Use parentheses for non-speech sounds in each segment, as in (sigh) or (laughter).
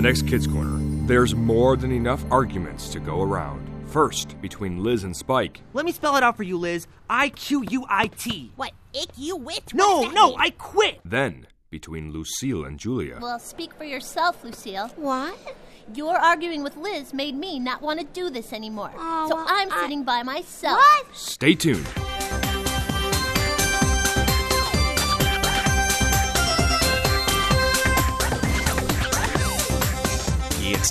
next Kids Corner, there's more than enough arguments to go around. First, between Liz and Spike. Let me spell it out for you, Liz. I Q U I T. What, ick you wit? What No, does that no, mean? I quit. Then, between Lucille and Julia. Well, speak for yourself, Lucille. What? Your arguing with Liz made me not want to do this anymore. Oh, so well, I'm I- sitting by myself. What? Stay tuned. It's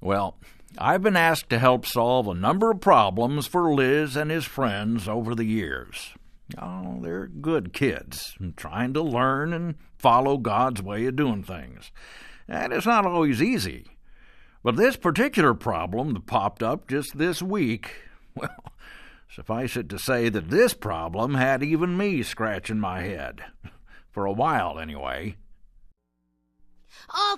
Well, I've been asked to help solve a number of problems for Liz and his friends over the years. Oh, they're good kids, trying to learn and follow God's way of doing things. And it's not always easy. But this particular problem that popped up just this week, (laughs) well, suffice it to say that this problem had even me scratching my head. (laughs) For a while, anyway.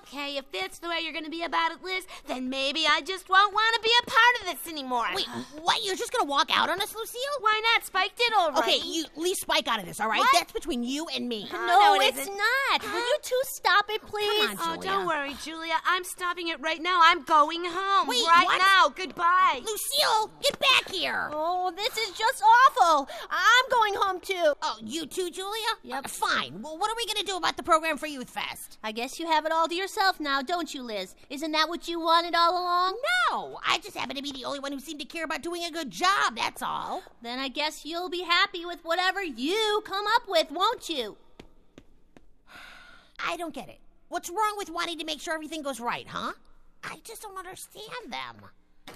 Okay, if that's the way you're gonna be about it, Liz, then maybe I just won't want to be a part of this anymore. Wait, what? You're just gonna walk out on us, Lucille? why not? Spike did already. Okay, you leave Spike out of this, all right? What? That's between you and me. Uh, no, no, it it's isn't. not. Will you two stop it, please? Oh, don't worry, Julia. I'm stopping it right now. I'm going home Wait, right what? now. Goodbye. Lucille, get back here. Oh, this is just awful. I'm going home too. Oh, you too, Julia? Yep. fine. Well, what are we going to do about the program for Youth Fest? I guess you have it all to yourself now, don't you, Liz? Isn't that what you wanted all along? No. I just happen to be the only one who seemed to care about doing a good job, that's all. Then I guess you'll be happy with whatever you come up with, won't you? I don't get it. What's wrong with wanting to make sure everything goes right, huh? I just don't understand them.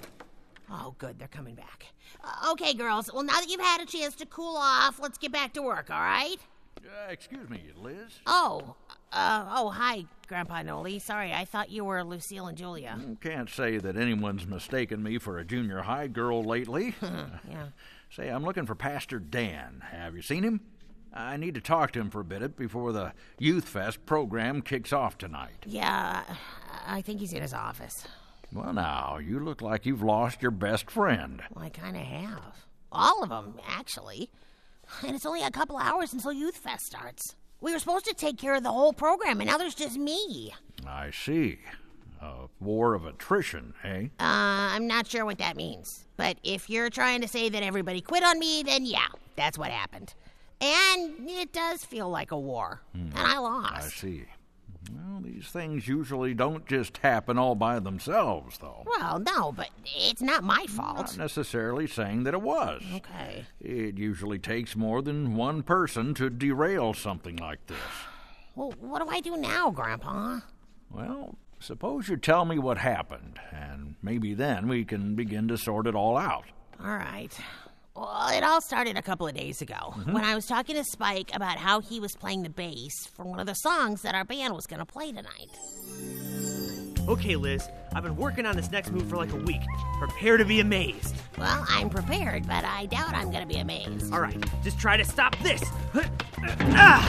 Oh, good, they're coming back. Uh, okay, girls. Well, now that you've had a chance to cool off, let's get back to work. All right? Uh, excuse me, Liz. Oh, uh, oh, hi, Grandpa Noli. Sorry, I thought you were Lucille and Julia. Can't say that anyone's mistaken me for a junior high girl lately. (laughs) Yeah. Say, I'm looking for Pastor Dan. Have you seen him? I need to talk to him for a bit before the Youth Fest program kicks off tonight. Yeah, I think he's in his office. Well, now, you look like you've lost your best friend. Well, I kind of have. All of them, actually. And it's only a couple hours until Youth Fest starts. We were supposed to take care of the whole program, and now there's just me. I see. A war of attrition, eh? Uh, I'm not sure what that means. But if you're trying to say that everybody quit on me, then yeah, that's what happened. And it does feel like a war. And I Hmm. I lost. see. Well, these things usually don't just happen all by themselves, though. Well, no, but it's not my Not fault. necessarily saying that it was. Okay. It usually takes more than one person to derail something like this. Well, what do I do now, Grandpa? Well, suppose you tell me what happened, and maybe then we can begin to sort it all out. All right. Well, it all started a couple of days ago Mm-hmm. when I was talking to Spike about how he was playing the bass for one of the songs that our band was going to play tonight. Okay, Liz, I've been working on this next move for like a week. Prepare to be amazed. Well, I'm prepared, but I doubt I'm going to be amazed. All right, just try to stop this. (laughs) Huh.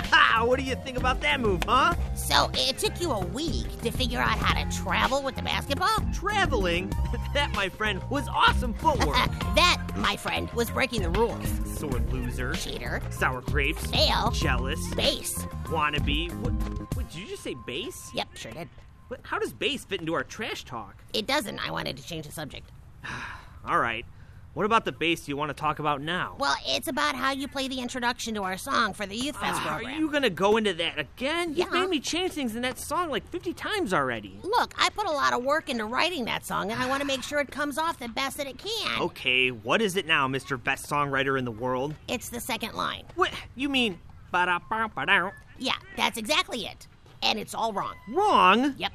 Ah! what do you think about that move, huh? So it took you a week to figure out how to travel with the basketball? Traveling? (laughs) That, my friend, was awesome footwork. Uh, (laughs) that, my friend, was breaking the rules. Sore loser, Cheater, sour grapes, fail, jealous, base. wannabe. What, what, did you just say base? Yep, sure did. What, how does base fit into our trash talk? It doesn't. I wanted to change the subject. All right, what about the base you want to talk about now? Well, it's about how you play the introduction to our song for the Youth Fest Ah, program. Are you gonna go into that again? You've Yeah. made me change things in that song like 50 times already. Look, I put a lot of work into writing that song, and I want to make sure it comes off the best that it can. Okay, what is it now, Mr. Best Songwriter in the World? It's the second line. What? You mean. ba ba Yeah, that's exactly it. And it's all wrong. Wrong? Yep.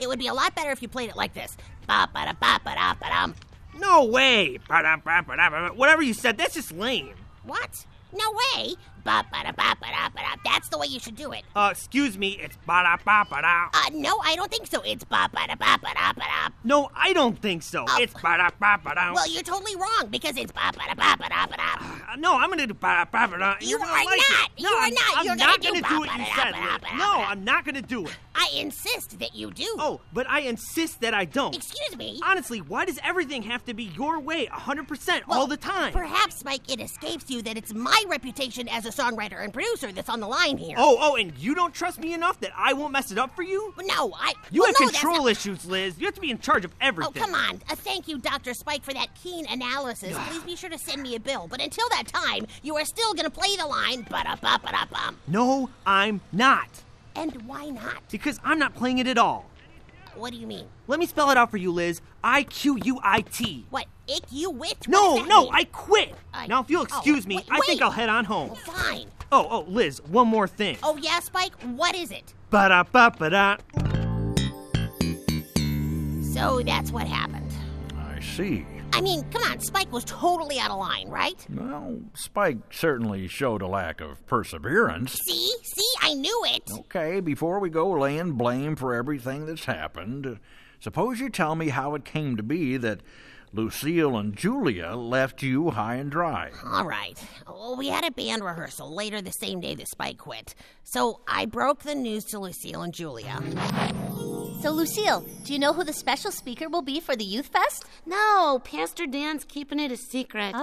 It would be a lot better if you played it like this. Ba ba da ba ba da ba dum. No way! Ba-da-ba-ba-da-ba-da. Whatever you said, that's just lame. What? No way. bop, ba da bop, ba da ba da. That's the way you should do it. Uh, excuse me, it's ba da ba ba da. Uh, no, I don't think so. It's bop, ba da bop, ba da ba da. No, I don't think so. It's ba da ba ba da. Well, you're totally wrong because it's bop, ba da bop, ba da ba da. Uh, no, I'm gonna do ba da ba ba da. You You're gonna are like not. It. No, You are I'm, not. I'm You're gonna not do gonna do what you said. ba-ba-da-ba-da-ba-da. Liz. No, I'm not gonna do it. I insist that you do. Oh, but I insist that I don't. Excuse me. Honestly, why does everything have to be your way 100% all Well, the time? Perhaps, Mike, it escapes you that it's my reputation as a songwriter and producer that's on the line here. Oh, oh, and you don't trust me enough that I won't mess it up for you? No, I. You well, have no, that's control not- issues, Liz. You have to be in charge of Oh, everything. come on. Uh, thank you, Dr. Spike, for that keen (sighs) analysis. Please be sure to send me a bill. But until that time, you are still going to play the line. Ba-da-ba-ba-da-bum. No, I'm not. And why not? Because I'm not playing it at all. What do you mean? Let me spell it out for you, Liz. I Q U I T. What? Ick you wit? No, What does that no, mean? I quit. I- Now, if you'll oh, excuse me, wait- I think wait. I'll head on home. Well, fine. Oh, oh, Liz, one more thing. Oh, yeah, Spike? What is it? Ba da ba ba da. So that's what happened. I see. I mean, come on, Spike was totally out of line, right? Well, Spike certainly showed a lack of perseverance. See? See? I knew it. Okay, before we go laying blame for everything that's happened, suppose you tell me how it came to be that Lucille and Julia left you high and dry. All right. Well, we had a band rehearsal later the same day that Spike quit. So I broke the news to Lucille and Julia. So, Lucille, do you know who the special speaker will be for the Youth Fest? No, Oh, Pastor Dan's keeping it a secret.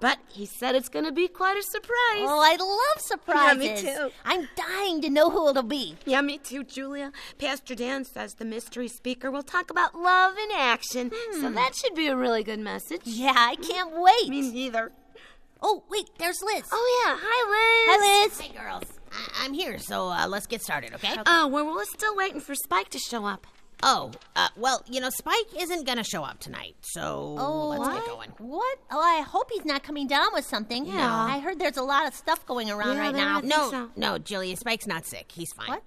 but he said it's going to be quite a surprise. Oh, I love surprises. too. I'm dying to know who it'll be. Yeah, me too, Julia. Pastor Dan says the mystery speaker will talk about love in action. So that should be a really good message. Yeah, I can't wait. Me neither. oh, wait, there's Liz. Oh, yeah. Hi, Liz. Hi, Liz. Hey, girls. I- I'm here, so uh, let's get started, okay? Uh, Oh, well, we're still waiting for Spike to show up. oh, uh, well, you know, Spike isn't going to show up tonight, so Oh, let's what? get going. What? Oh, I hope he's not coming down with something. Yeah. I heard there's a lot of stuff going around Yeah, right there now. is. No, so. no, Julia, Spike's not sick. He's fine. What?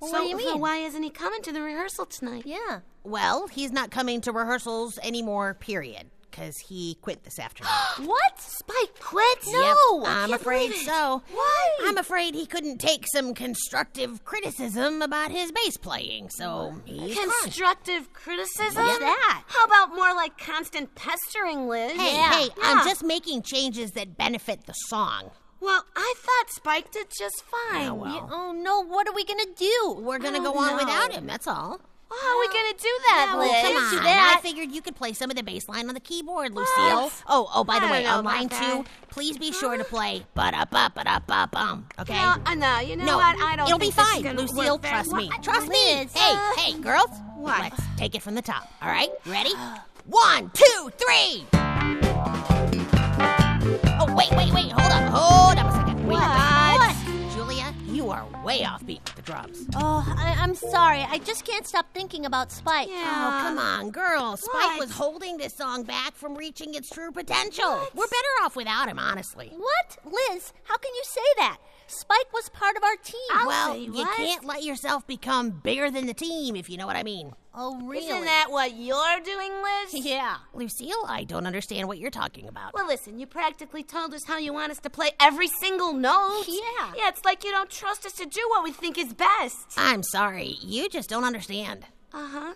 Well, so, what do you mean? so why isn't he coming to the rehearsal tonight? Yeah. Well, he's not coming to rehearsals anymore, period, because he quit this afternoon. (gasps) What? Spike quit? Yep, No, I I'm can't afraid believe it. so. Why? I'm afraid he couldn't take some constructive criticism about his bass playing, so he's gone. Constructive criticism? What's that? How about more like constant pestering, Liz? Hey, hey, I'm just making changes that benefit the song. Well, I thought Spike did just fine. Yeah, oh no, what are we gonna do? Oh, We're gonna I go don't on know. without him. That's all. Well, how are we going to do that, Yeah, Liz? well, Oh, Come Let's do on, that. I figured you could play some of the bass line on the keyboard, Lucille. Oh, oh, by the I way, don't know on line about two, please be sure to play ba da ba ba da ba bum. Okay. No, uh, no, you know what? I don't it'll be think this is fine, gonna Lucille. work very Trust me. well. Trust me. Liz, Hey, uh, hey, girls. what? Let's take it from the top. All right, ready? One, two, three. Oh wait, wait, wait. Hold up. Hold up a second. Wait, wait, What? what? Julia, you are way off beat with the drums. Oh, I, I'm sorry. I just can't stop thinking about Spike. Uh, Oh, come on, girls. Spike Uh, What? was holding this song back from reaching its true potential. We're better off without him, honestly. What? Liz, how can you say that? Spike was part of our team. well, say you what? can't let yourself become bigger than the team, if you know what I mean. oh, really? Isn't that what you're doing, (laughs) Liz? Yeah. Lucille, I don't understand what you're talking about. Well, listen, you practically told us how you want us to play every single note. Yeah. Yeah, it's like you don't trust us to do what we think is best. I'm sorry. You just don't understand. Uh huh.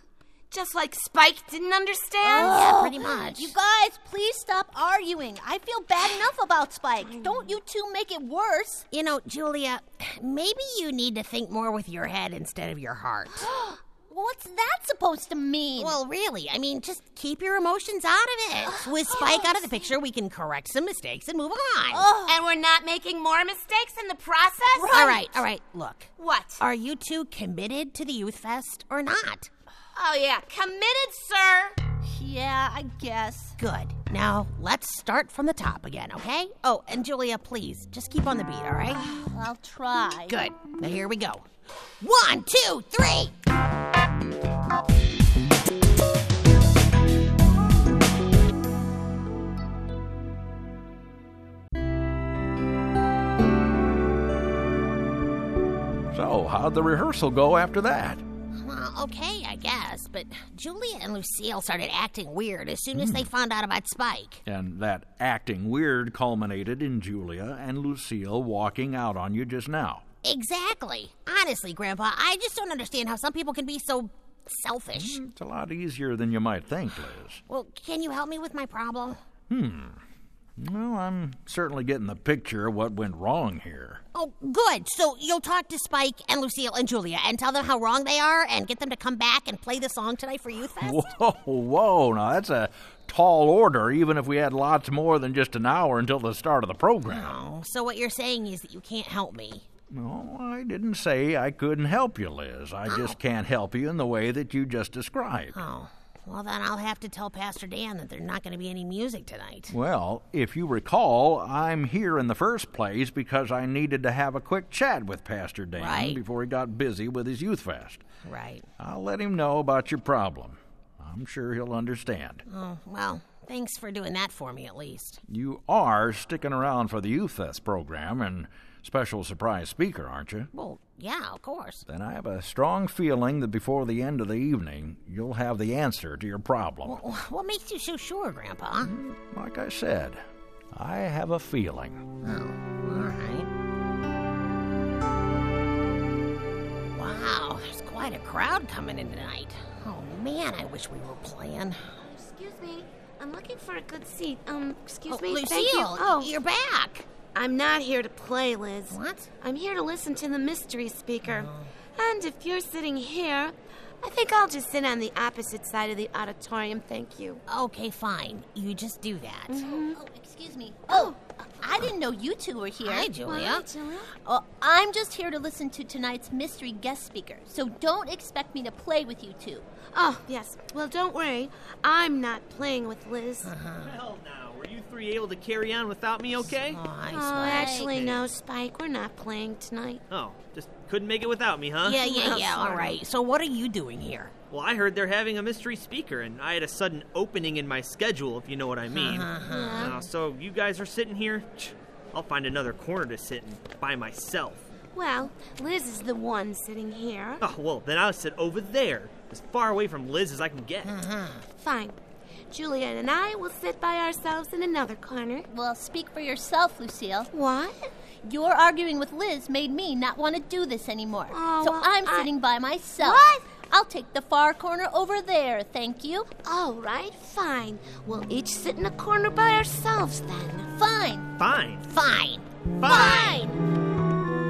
Just like Spike didn't understand. yeah, pretty much. You guys, please stop arguing. I feel bad enough about Spike. Don't you two make it worse. You know, Julia, maybe you need to think more with your head instead of your heart. (gasps) What's that supposed to mean? well, really, I mean, just keep your emotions out of (gasps) it. With Spike out of the picture, we can correct some mistakes and move Oh, on. And we're not making more mistakes in the process? All right, all right, look. What? Are you two committed to the Youth Fest or not? Oh, yeah. Committed, sir. yeah, I guess. Good. Now, let's start from the top again, okay? Oh, and Julia, please, just keep on the beat, all right? I'll try. Good. Now, here we go. One, two, three. So, how'd the rehearsal go after that? Well, Uh, okay, I guess, but Julia and Lucille started acting weird as soon as they found out about Spike. And that acting weird culminated in Julia and Lucille walking out on you just now. Exactly. Honestly, Grandpa, I just don't understand how some people can be so selfish. It's a lot easier than you might think, Liz. Well, can you help me with my problem? Well, I'm certainly getting the picture of what went wrong here. Oh, good. So you'll talk to Spike and Lucille and Julia and tell them how wrong they are and get them to come back and play the song tonight for Youth Fest? Whoa, whoa, now that's a tall order, even if we had lots more than just an hour until the start of the program. Oh, So what you're saying is that you can't help me. No, I didn't say I couldn't help you, Liz. I just can't help you in the way that you just described. Oh, well, then I'll have to tell Pastor Dan that there's not going to be any music tonight. Well, if you recall, I'm here in the first place because I needed to have a quick chat with Pastor Dan Right. before he got busy with his youth fest. Right. I'll let him know about your problem. I'm sure he'll understand. Oh, well, thanks for doing that for me at least. You are sticking around for the Youth Fest program and special surprise speaker, aren't you? Well, yeah, of course. Then I have a strong feeling that before the end of the evening, you'll have the answer to your problem. What makes you so sure, Grandpa? Like I said, I have a feeling. Oh, All right. Wow, there's quite a crowd coming in tonight. Oh man, I wish we were playing. Excuse me. I'm looking for a good seat. Um, excuse Oh, me. Lucille, Thank you. Oh, are back. I'm not here to play, Liz. What? I'm here to listen to the mystery speaker. And if you're sitting here, I think I'll just sit on the opposite side of the auditorium. Thank you. Okay, fine. You just do that. Mm. Oh, excuse me. Oh, I didn't know you two were here. Hi, Julia. Oh, I'm just here to listen to tonight's mystery guest speaker, so don't expect me to play with you two. Oh, yes. Well, don't worry. I'm not playing with Liz. Well, now, were you three able to carry on without me okay? Nice. Oh, actually, no, Spike. We're not playing tonight. Oh, just couldn't make it without me, huh? yeah, yeah, well, yeah. All sorry. right. So, what are you doing here? Well, I heard they're having a mystery speaker, and I had a sudden opening in my schedule, if you know what I mean. Uh, so you guys are sitting here? Tch, I'll find another corner to sit in by myself. Well, Liz is the one sitting here. Oh, well, then I'll sit over there, as far away from Liz as I can get. Fine. Julia and I will sit by ourselves in another corner. Well, speak for yourself, Lucille. What? Your arguing with Liz made me not want to do this anymore. Oh, so well, I'm I- sitting by myself. What? I'll take the far corner over there, thank you. All right, fine. We'll each sit in a corner by ourselves then. Fine. Fine. Fine. Fine.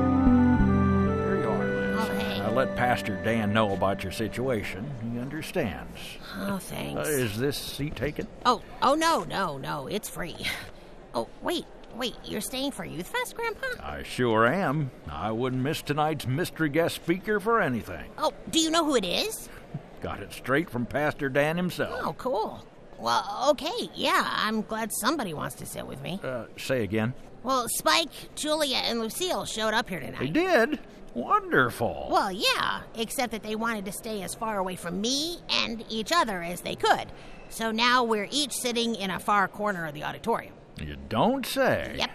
There you are, Liz. Oh, hey. I let Pastor Dan know about your situation. He understands. Oh, Uh, thanks. is this seat taken? oh, oh no, no, no. It's free. Oh, wait, wait. You're staying for Youth Fest, Grandpa? I sure am. I wouldn't miss tonight's mystery guest speaker for anything. Oh, do you know who it is? Got it straight from Pastor Dan himself. Oh, cool. Well, okay, yeah, I'm glad somebody wants to sit with me. Uh, say again. Well, Spike, Julia, and Lucille showed up here They tonight. did? Wonderful. Well, yeah, except that they wanted to stay as far away from me and each other as they could. So now we're each sitting in a far corner of the auditorium. You don't say. Yep.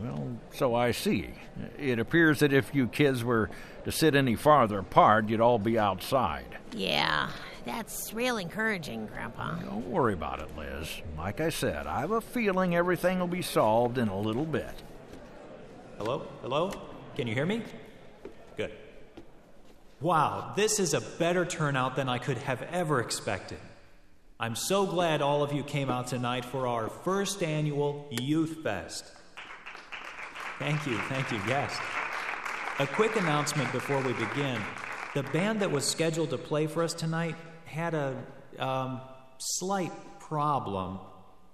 Well, so I see. It appears that if you kids were to sit any farther apart, you'd all be outside. Yeah, that's real encouraging, Grandpa. Don't worry about it, Liz. Like I said, I have a feeling everything will be solved in a little bit. Hello? Hello? Can you hear me? Good. Wow, this is a better turnout than I could have ever expected. I'm so glad all of you came out tonight for our first annual Youth Fest. Thank you, thank you, yes. A quick announcement before we begin. The band that was scheduled to play for us tonight had a um, slight problem,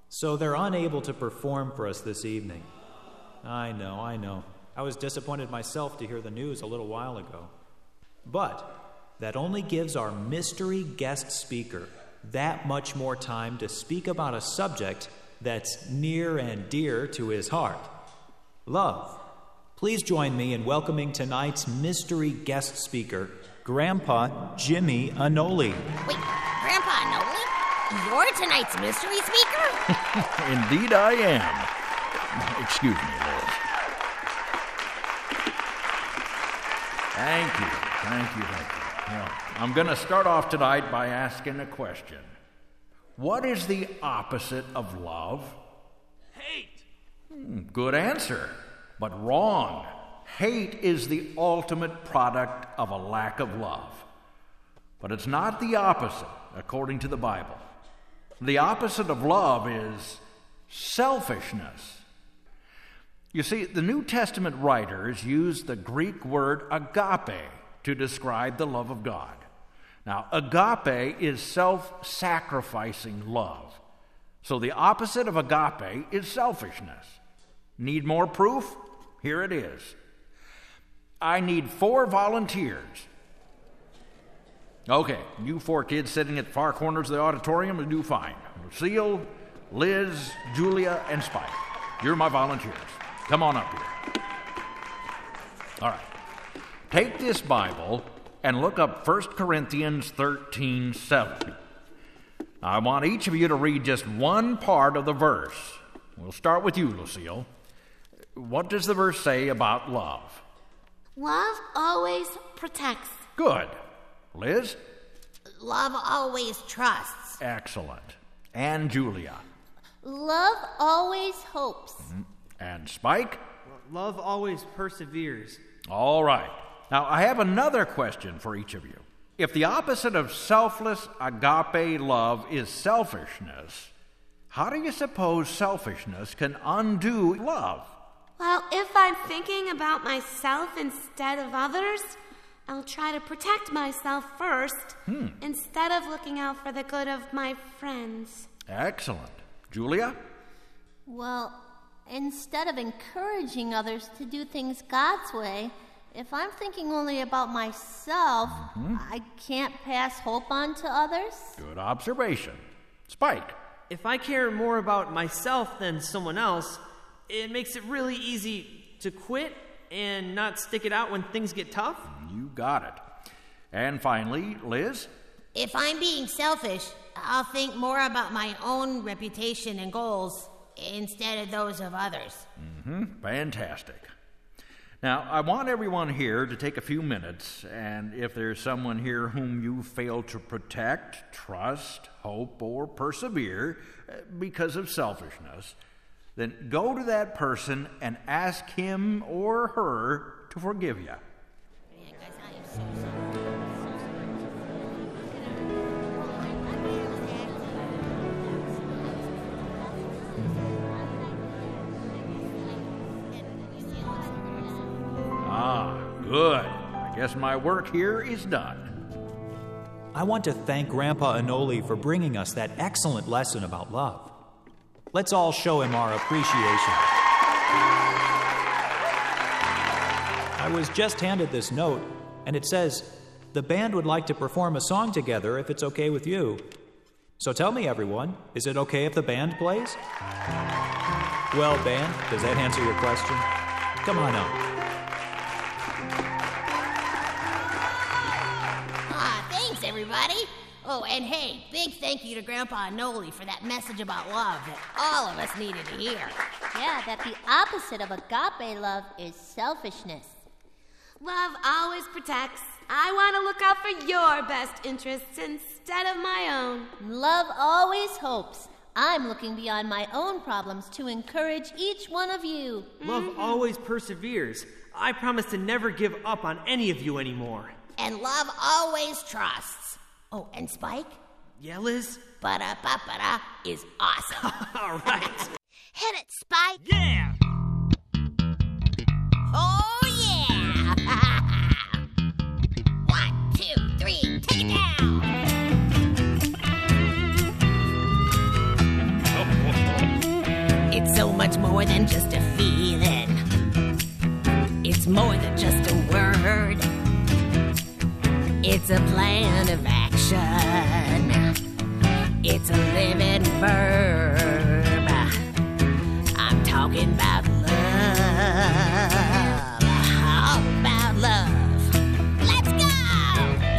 so they're unable to perform for us this evening. I know, I know. I was disappointed myself to hear the news a little while ago. But that only gives our mystery guest speaker that much more time to speak about a subject that's near and dear to his heart love. Please join me in welcoming tonight's mystery guest speaker, Grandpa Jimmy Anoli. Wait, Grandpa Nolan? You're tonight's mystery speaker? Indeed, I am. Excuse me, Liz. Thank you. Thank you. Thank you. Now, I'm going to start off tonight by asking a question. What is the opposite of love? Hate. Hmm, good answer, but wrong. Hate is the ultimate product of a lack of love. But it's not the opposite, according to the Bible. The opposite of love is selfishness. You see, the New Testament writers used the Greek word agape to describe the love of God. Now, agape is self sacrificing love. So the opposite of agape is selfishness. Need more proof? Here it is. I need four volunteers Okay, you four kids sitting at far corners of the auditorium will do fine. Lucille, Liz, Julia, and Spike. You're my volunteers. Come on up here. All right. Take this Bible and look up 1 Corinthians 13 7. I want each of you to read just one part of the verse. We'll start with you, Lucille. What does the verse say about love? Love always protects. Good. Liz? Love always trusts. Excellent. And Julia. Love always hopes. And Spike? Love always perseveres. All right. Now, I have another question for each of you. If the opposite of selfless agape love is selfishness, how do you suppose selfishness can undo love? Well, if I'm thinking about myself instead of others, I'll try to protect myself first Hmm. instead of looking out for the good of my friends. Excellent. Julia? Well, instead of encouraging others to do things God's way, if I'm thinking only about myself, I can't pass hope on to others. Good observation. Spike. If I care more about myself than someone else, it makes it really easy to quit and not stick it out when things get tough. You got it. And finally, Liz? If I'm being selfish, I'll think more about my own reputation and goals instead of those of others. hmm Fantastic. Now, I want everyone here to take a few minutes, and if there's someone here whom you fail to protect, trust, hope, or persevere uh, because of selfishness, then go to that person and ask him or her to forgive you. Ah, good. I guess my work here is done. I want to thank Grandpa Anoli for bringing us that excellent lesson about love. Let's all show him our appreciation. I was just handed this note, and it says, The band would like to perform a song together if it's okay with you. So tell me, everyone, is it okay if the band plays? Well, band, does that answer your question? Come on up. Ah, thanks, everybody. Oh, and hey, big thank you to Grandpa Noli for that message about love that all of us needed to hear. Yeah, that the opposite of agape love is selfishness. Love always protects. I want to look out for your best interests instead of my own. Love always hopes. I'm looking beyond my own problems to encourage each one of you. Love always perseveres. I promise to never give up on any of you anymore. And love always trusts. Oh, and Spike? Yeah, Liz? (laughs) Ba da ba ba da is awesome. All right. Hit it, Spike. yeah! Oh, yeah. (laughs) One, two, three, take it down. It's so much more than just a feeling, it's more than just a word, it's a plan of action, it's a living verb. I'm talking about love. All about love. Let's go!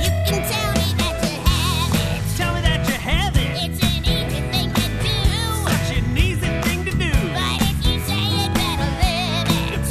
You can tell me that you have it. Tell me that you have it! It's an easy thing to do. Such an easy thing to do! But if you say it better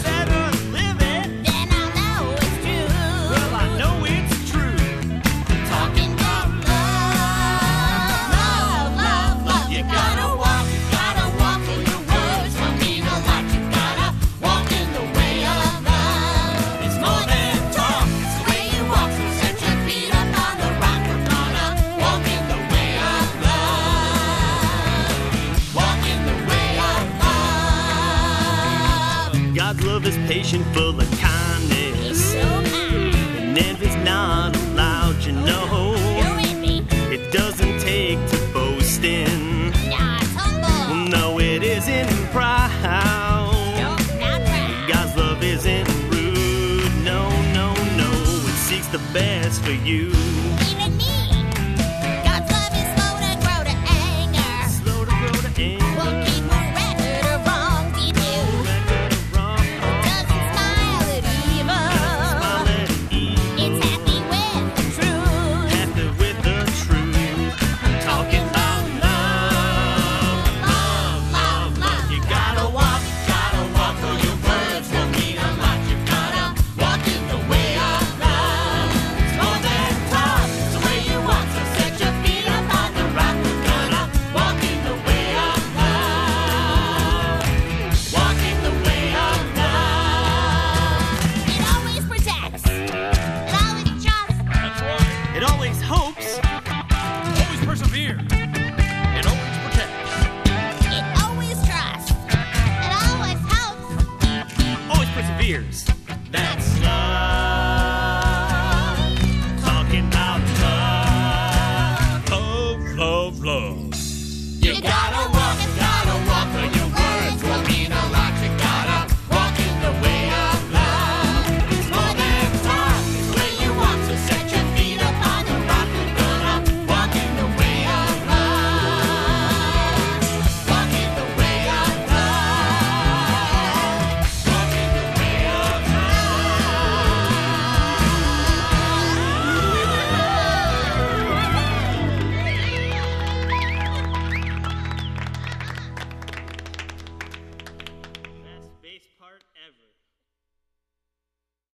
God's love is patient, full of kindness. He's so kind. And envy's not allowed, you know. You're with me. It doesn't take to boast in. Nah, it's humble. No, it isn't proud. No, not proud. God's love isn't rude. No, no, no. It seeks the best for you. Even me. God's love is slow to grow to anger. Slow to grow to anger. Won't keep a record of wrongs he do. Record of wrong. Doesn't smile at evil. Smile at It's happy with the truth. Happy with the truth. I'm talking about love. Love, love, love. You gotta walk, gotta walk, or your words will mean a lot. You gotta walk in the way of love. It's more than talk, it's the way you walk. So set your feet up on the rock. You gotta walk in the way of love. Walk in the way of love. It always protects. It always trusts. It always hopes. Always persevere. It always protects. It always trusts. It always helps. always perseveres. That's love.